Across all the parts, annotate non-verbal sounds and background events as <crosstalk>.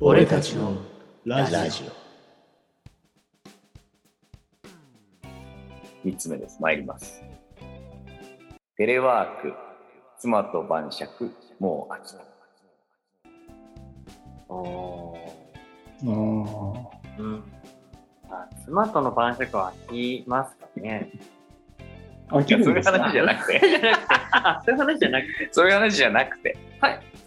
俺たちのラジ3つ目です。参ります。テレワーク、妻と晩酌、もう飽きた。オ。あうん。あ妻との晩酌は飽きますかね。あ。飽いきや、るそんういでうす話かじゃなくて、 <laughs> あ、 <laughs> そういう話じゃなくて。そういう話じゃなくて、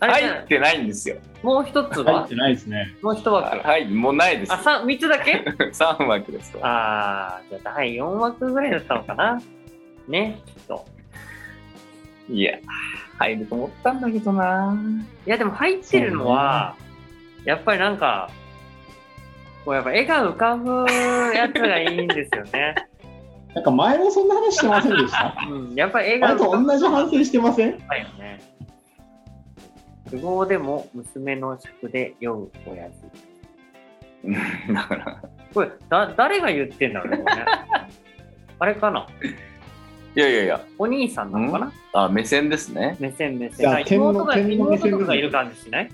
あれじ入ゃなっいてないんですよ。もう一つ入っはてないですね。もう一枠。はい、もうないですあ、。三三つだけ3枠ですから。あー、じゃあ第四枠ぐらいだったのかな。ね、きっと。いや、入ると思ったんだけどないや、でも入ってるのは、やっぱりなんか、こうやっぱ絵が浮かぶやつがいいんですよ <laughs> ね。なんか前もそんな話してませんでした <laughs> うん、やっぱり絵あがれと浮か同じ反省してませんぶよね。都合でも娘の尺で酔う親父。ぁ。だから、これだ誰が言ってんだろうねこれねあれかないやいやいや、お兄さんなのかなあ、目線ですね。目線目い線やあ天の妹が天の目線妹とかがいる感じしないい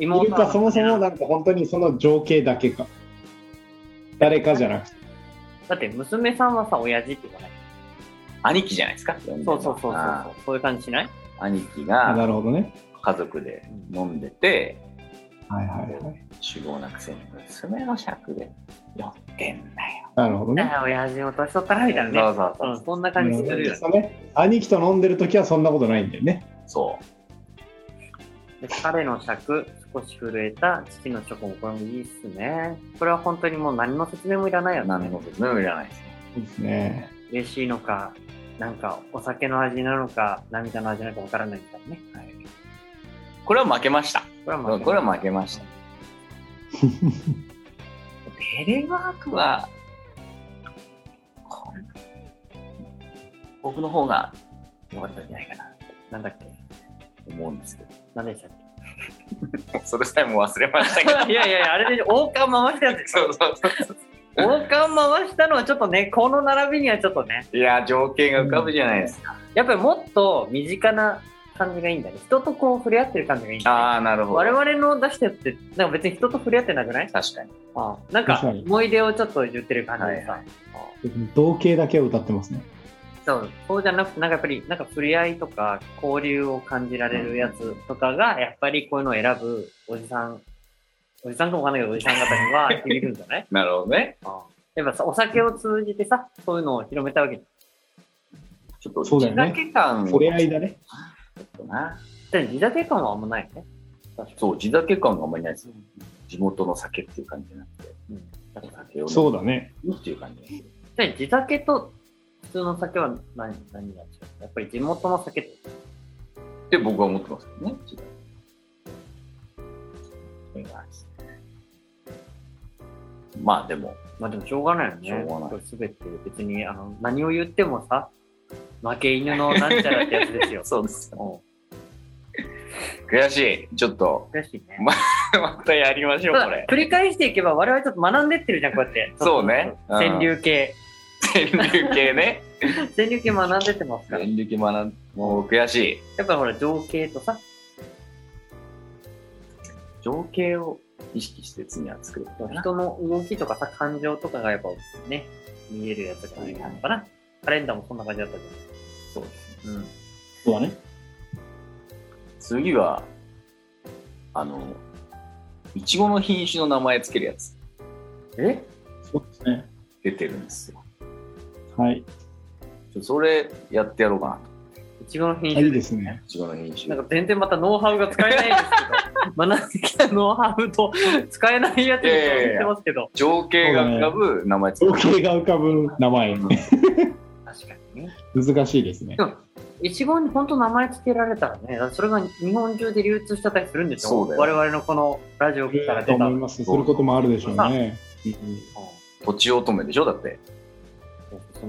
妹るかそもそもなんか本当にその情景だけか。誰かじゃなくて。だって娘さんはさ親父って言わない兄貴じゃないですか。そうそうそうそうそうそういう感じしない兄貴あながるほどね。家族で飲んでて、はいはいはい。主語なくせに娘の尺で酔ってんだよ。なるほどね。ああ親父も年取ったなみたいそなうねそうそうう。んそんな感じするよねそうね兄貴と飲んでる時はそんなことないんだよね。そうで彼の尺少し震えた父のチョコもこれもいいっすねこれは本当にもう何の説明もいらないよね何の説明もいらないですね。そうですね。嬉しいのかなんかお酒の味なのか涙の味なのかわからないみたいなねはい、これは負けました。これはこれは負けました。テレワークは、こん僕の方が良かったんじゃないかななんだっけと思うんですけ何でしたっど、それさえも忘れました <laughs> けど。 <laughs> けいやいやいや、あれで王冠回したやつでしそうょ。そうそう王冠回したのはちょっとね、この並びにはちょっとね、いや、情景が浮かぶじゃないですか。やっぱりもっと身近な感じがいいんだね。人とこう触れ合ってる感じがいいんだね。ああ、なるほど。我々の出してって、なんか別に人と触れ合ってなくない確かに。あなんか確かに思い出をちょっと言ってる感じでさ。はい同型だけを歌ってますね。そうそうじゃなくて、なんかやっぱり、なんか触れ合いとか交流を感じられるやつとかが、やっぱりこういうのを選ぶおじさん、おじさんかもわかんないけど、おじさん方には響くんじゃないなるほどね。やっぱさ、お酒を通じてさ、そういうのを広めたわけじちょっと、そうだよね地酒感を触れ合いだね。ちょっとな。ゃん。で、地酒感はあんまないよね。そう、地酒感があんまりないです。地元の酒っていう感じじゃなくて、うん。なんか酒をそうだだね。っていう感じなんですよ。で、地酒と普通の酒は何、何が違うやっぱり地元の酒って。って僕は思ってますけどね。地酒そういう感じですねまあでも、まあでもしょうがないよね。しょうがない。これ全て別に、あの、何を言ってもさ、負け犬のなんちゃらってやつですよ <laughs> そうです。お、悔しい。ちょっと悔しいね。ま <laughs> またやりましょう、たこだれ。繰り返していけば我々ちょっと学んでってるじゃん、こうやって。そうねうん川柳系。全流系 <laughs> ね。川柳系学んでってますから。や全流系学ん、もう悔しい。っぱりほら、情景とさ、情景を意識して罪は作ることだな。人の動きとかさ、感情とかがやっぱね、見えるやつがいいのかな。カレンダーもそんな感じだったけそうですね。ど。うん。そうだね。次は、あの、いちごの品種の名前つけるやつえそうですね。出てるんですよ。はい。ちょそれやってやろうかなと。いちごの品あいい種。ですね。いちごの品種。なんか全然またノウハウが使えないんですけど、学んできたノウハウと使えないやつに言ってますけど。情景が浮かぶ名前つけ情る。景が浮かぶ名前。確かにね。難しいですね。いちごに本当名前つけられたらね、だからそれが日本中で流通しちゃったりするんでしょそうだよ我々のこのラジオからと出た。思ういんます。することもあるでしょうね。土地乙女でしょだって。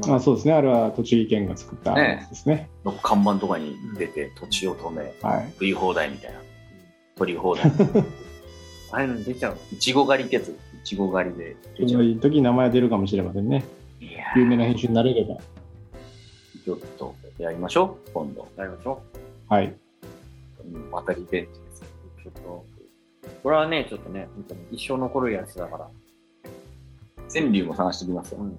そのあそうですね。あれは栃木県が作ったやつですね。の看板とかに出て、土地乙女、はい。食い放題みたいな。取り放題。ああいうのに出ちゃう。いちご狩りってやつ。いちご狩りで出ちゃ。そういい時に名前出るかもしれませんね。いや有名な編集になれれば。ーちょっとやりましょう。今度。なりましょはい。うんまたリベンジですけう。ちょっと、これはね、ちょっとね、本当に一生残るやつだから。川柳も探してみますうよ。んうん。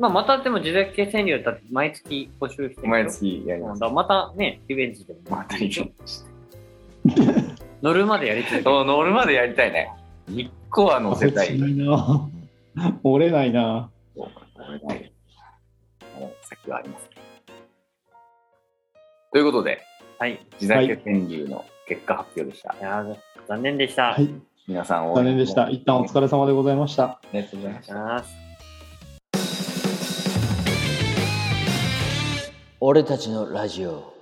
まあ、またでも、自虐系川柳だって毎月募集してるよ毎月やりうんまだす。からまたね、リベンジでも。またリベン乗るまでやりたい。そう乗るまでやりたいね。一個は乗せたい。いいな。 <laughs> 折れないな。そう乗れないもう先はあります、ね。ということで、はい。い自在決川柳の結果発表でした。やー残念でした。はい、皆さん応援残念でした。一旦お疲れ様でございました。ありがとうございました。あー俺たちのラジオ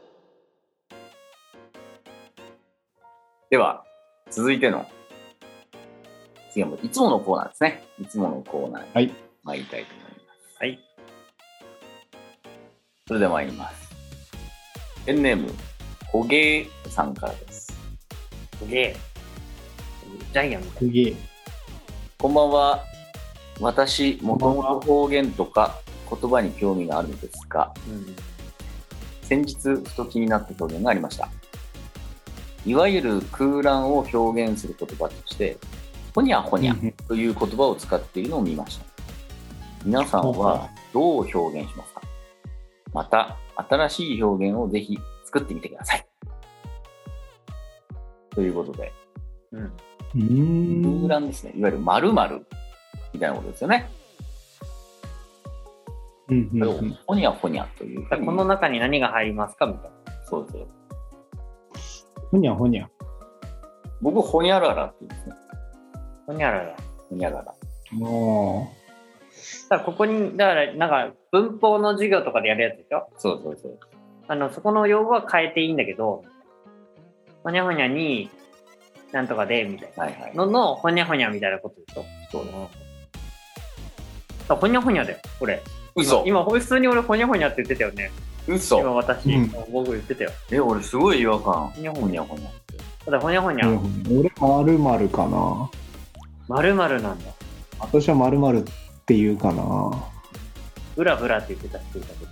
では、続いての、次はもういつものコーナーですね。いつものコーナーにはい参りたいと思います。はい。それでは参ります。ペンネーム、ほげーさんからです。すげえ。ジャイアンみたい。次。こんばんは。私、もともと方言とか言葉に興味があるのですが、うん。先日、ふと気になった表現がありました。いわゆる空欄を表現する言葉として、ほにゃほにゃという言葉を使っているのを見ました。皆さんはどう表現しますかまた、新しい表現をぜひ作ってみてください。ということで、うん。うーん空。欄ですね。いわゆる〇〇みたいなことですよね。うんうそんれうをんほにゃほにゃというだからこの中に何が入りますかみたいな。そうですよ。ほにゃほにゃ。僕、ほにゃららって言うんですね。ほにゃらら。ほにゃらら。もだからここに、だから、なんか、文法の授業とかでやるやつでしょそうそうそう。あの、そこの用語は変えていいんだけど、ほにゃほにゃに、なんとかで、みたいはいはい。な。のの、ほにゃほにゃみたいなことでしょそうね。あほにゃほにゃだよ、これ。嘘今、普通に俺、ほにゃほにゃって言ってたよね。今、嘘私、うん僕言ってたよ。え、俺すごい違和感。ほにゃほほににゃ。ゃほにゃ。ただ、ほにゃほにう。うんゃ、俺まるまるかな。まるまるなんだ。私はまるまるっていうかな。ブラブラって言ってた人いたけど。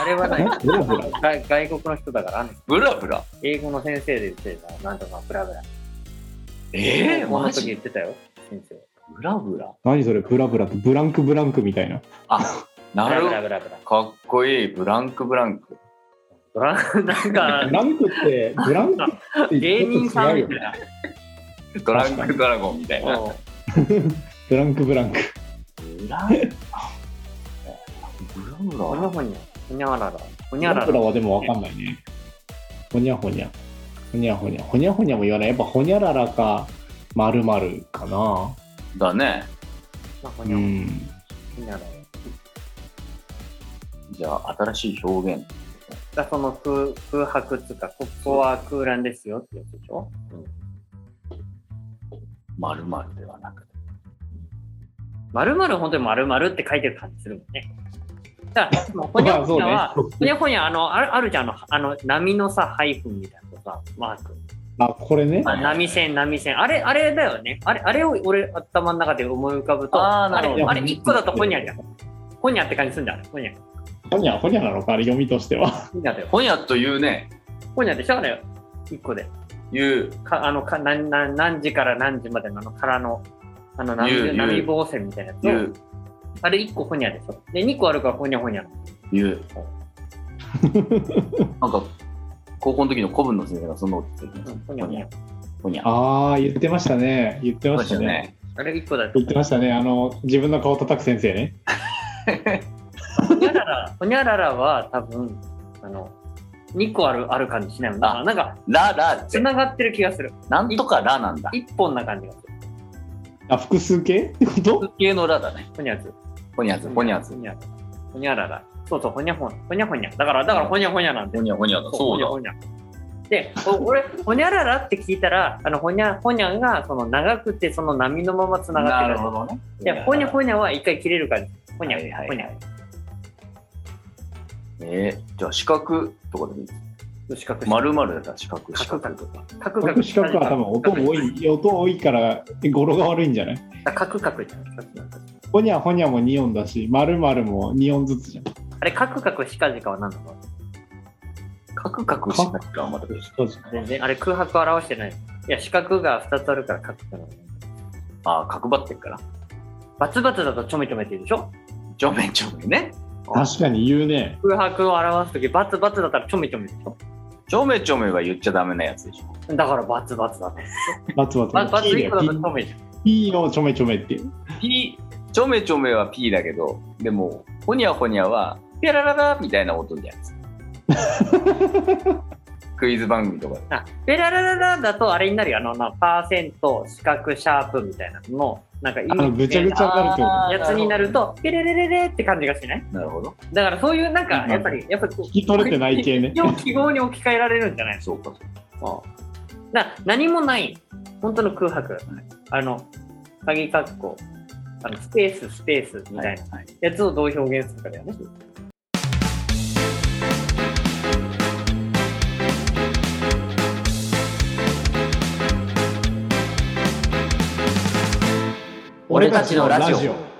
あれはない。えブラブラが <laughs> 外国の人だから、ね、ブラブラ。英語の先生で言ってた、なんとかブラブラ。えー、このマ時ジ言ってたよ、先生。ブラブラ何それブラブラってブランクブランクみたい <laughs> な。あ、なブるほラブどラ。ブラブラ。かっこいい。ブランクブランク。ブラなブ <laughs> んか、ランクってブランクって芸人さんちみょったと違いよねうな。ドランクドラゴンみたいな。もブランクブランク。ブラブラ。ブう、ラほブにゃラ。ほにゃ、ほにゃらら、ほブにゃラらブらラ。はでもわかんないね。ほにゃほにゃ。ほにゃほにゃ。ほにゃほにゃも言わない。やっぱほにゃららかまるまるかな。だね。まあほうにゃほにん。ゃらら。じゃあ、新しい表現。だその空空白っつうか、ここは空欄ですよってやつでしょまるまるではなくて。まるまる本当にまるまるって書いてる感じするもんね。だから、でもほ <laughs> にまゃあそほうにゃねは、。ほにゃほにゃ、あの、あるあるじゃん、あの、あの波のさ、ハイフンみたいなのさ、マーク。あ、これね。あ波線、波線。あれ、あれだよね。あれ、あれを俺、頭の中で思い浮かぶと、あーなるほれ、どあれ、一個だとほにゃじゃん。ほにゃって感じすんだよ、ほにゃ。ほにゃほにゃなのか、あれ読みとしては。ほにゃだよ。ほにゃというね、ほにゃでしょあれ、一個で。いう、か、あの、か、なん、なん、何時から何時までの、あの、空の、あの、言う言波、波う防線みたいな言やつう、を。あれ、一個ほにゃでしょで、二個あるからほにゃほにゃ。言う。なんか、高校の時の古文の先生がそんなこと言ってうたんほにゃほにゃ。ほにゃ。ああ、言ってましたね。言ってそうまでしすたよね。ね。あれ、一個だと言っ。てましたね。あの、自分の顔叩く先生ね。ほにゃらら、ほにゃららは多分、あの、2個ある、ある感じしないもんな。あなんか、ララって繋がってる気がする。なんとかラなんだ。一本な感じがする。あ、複数形ってこと空系のラだね。ほにゃず。ほにゃず、ほにゃほず。にゃらら。ほにゃらら。そうそう、ほにゃほにゃ。ほにゃほにゃ。だから、だから、ほにゃほにゃなんで。ほにゃほにゃだ。そうだ。ほにゃほにゃ。で、お俺、ほにゃららって聞いたら、あの、ほにゃ、ほにゃが、その、長くて、その波のまま繋がってる。どね。で、ほにゃほにゃは一回切れる感じ。ほほにゃ、はいはいほにゃ。えー、じゃあ四角とかでもいい四角丸々だったら四角、四角角。角とか。角この四角は多分音多い、音多いから語呂が悪いんじゃない角角じゃん。ほにゃほにゃも2音だし、まるまるも2音ずつじゃん。あれ、カクカクシカジカは何だろうカクカクしないからまた別そうです全然、あれ空白を表してない。いや、四角が2つあるから書くから。ああ、角張ってるから。バツバツだとちょめちょめって言うでしょちょめちょめね。確かに言うね。空白を表すとき、バツバツだったらちょめちょめでしょちょめちょめは言っちゃダメなやつでしょ。だからバツバツだね。バツバツ。ババツピー1個だとだちよょめじゃん。ピーのちょめちょめって。 P、ちょめちょめは P だけど、でも、ほにゃほにゃは、ピャラララみたいな音じゃない <laughs> ですか。クイズ番組とかで。あ、ペララララだとあれになるよ。あの、なパーセント、四角、シャープみたいなのの、なんか意あの、味ぐちゃぐちゃになるってこあーやつになると、ペレレレレって感じがしないなるほど。だからそういう、なんか、やっぱり、やっぱりこう、聞き取れてない系ね一応記号に置き換えられるんじゃないそうかそうか。な何もない本当の空白、あの鍵括弧あのスペーススペースみはたいいな。はいやつをどう表現するかだよね、俺たちのラジオ。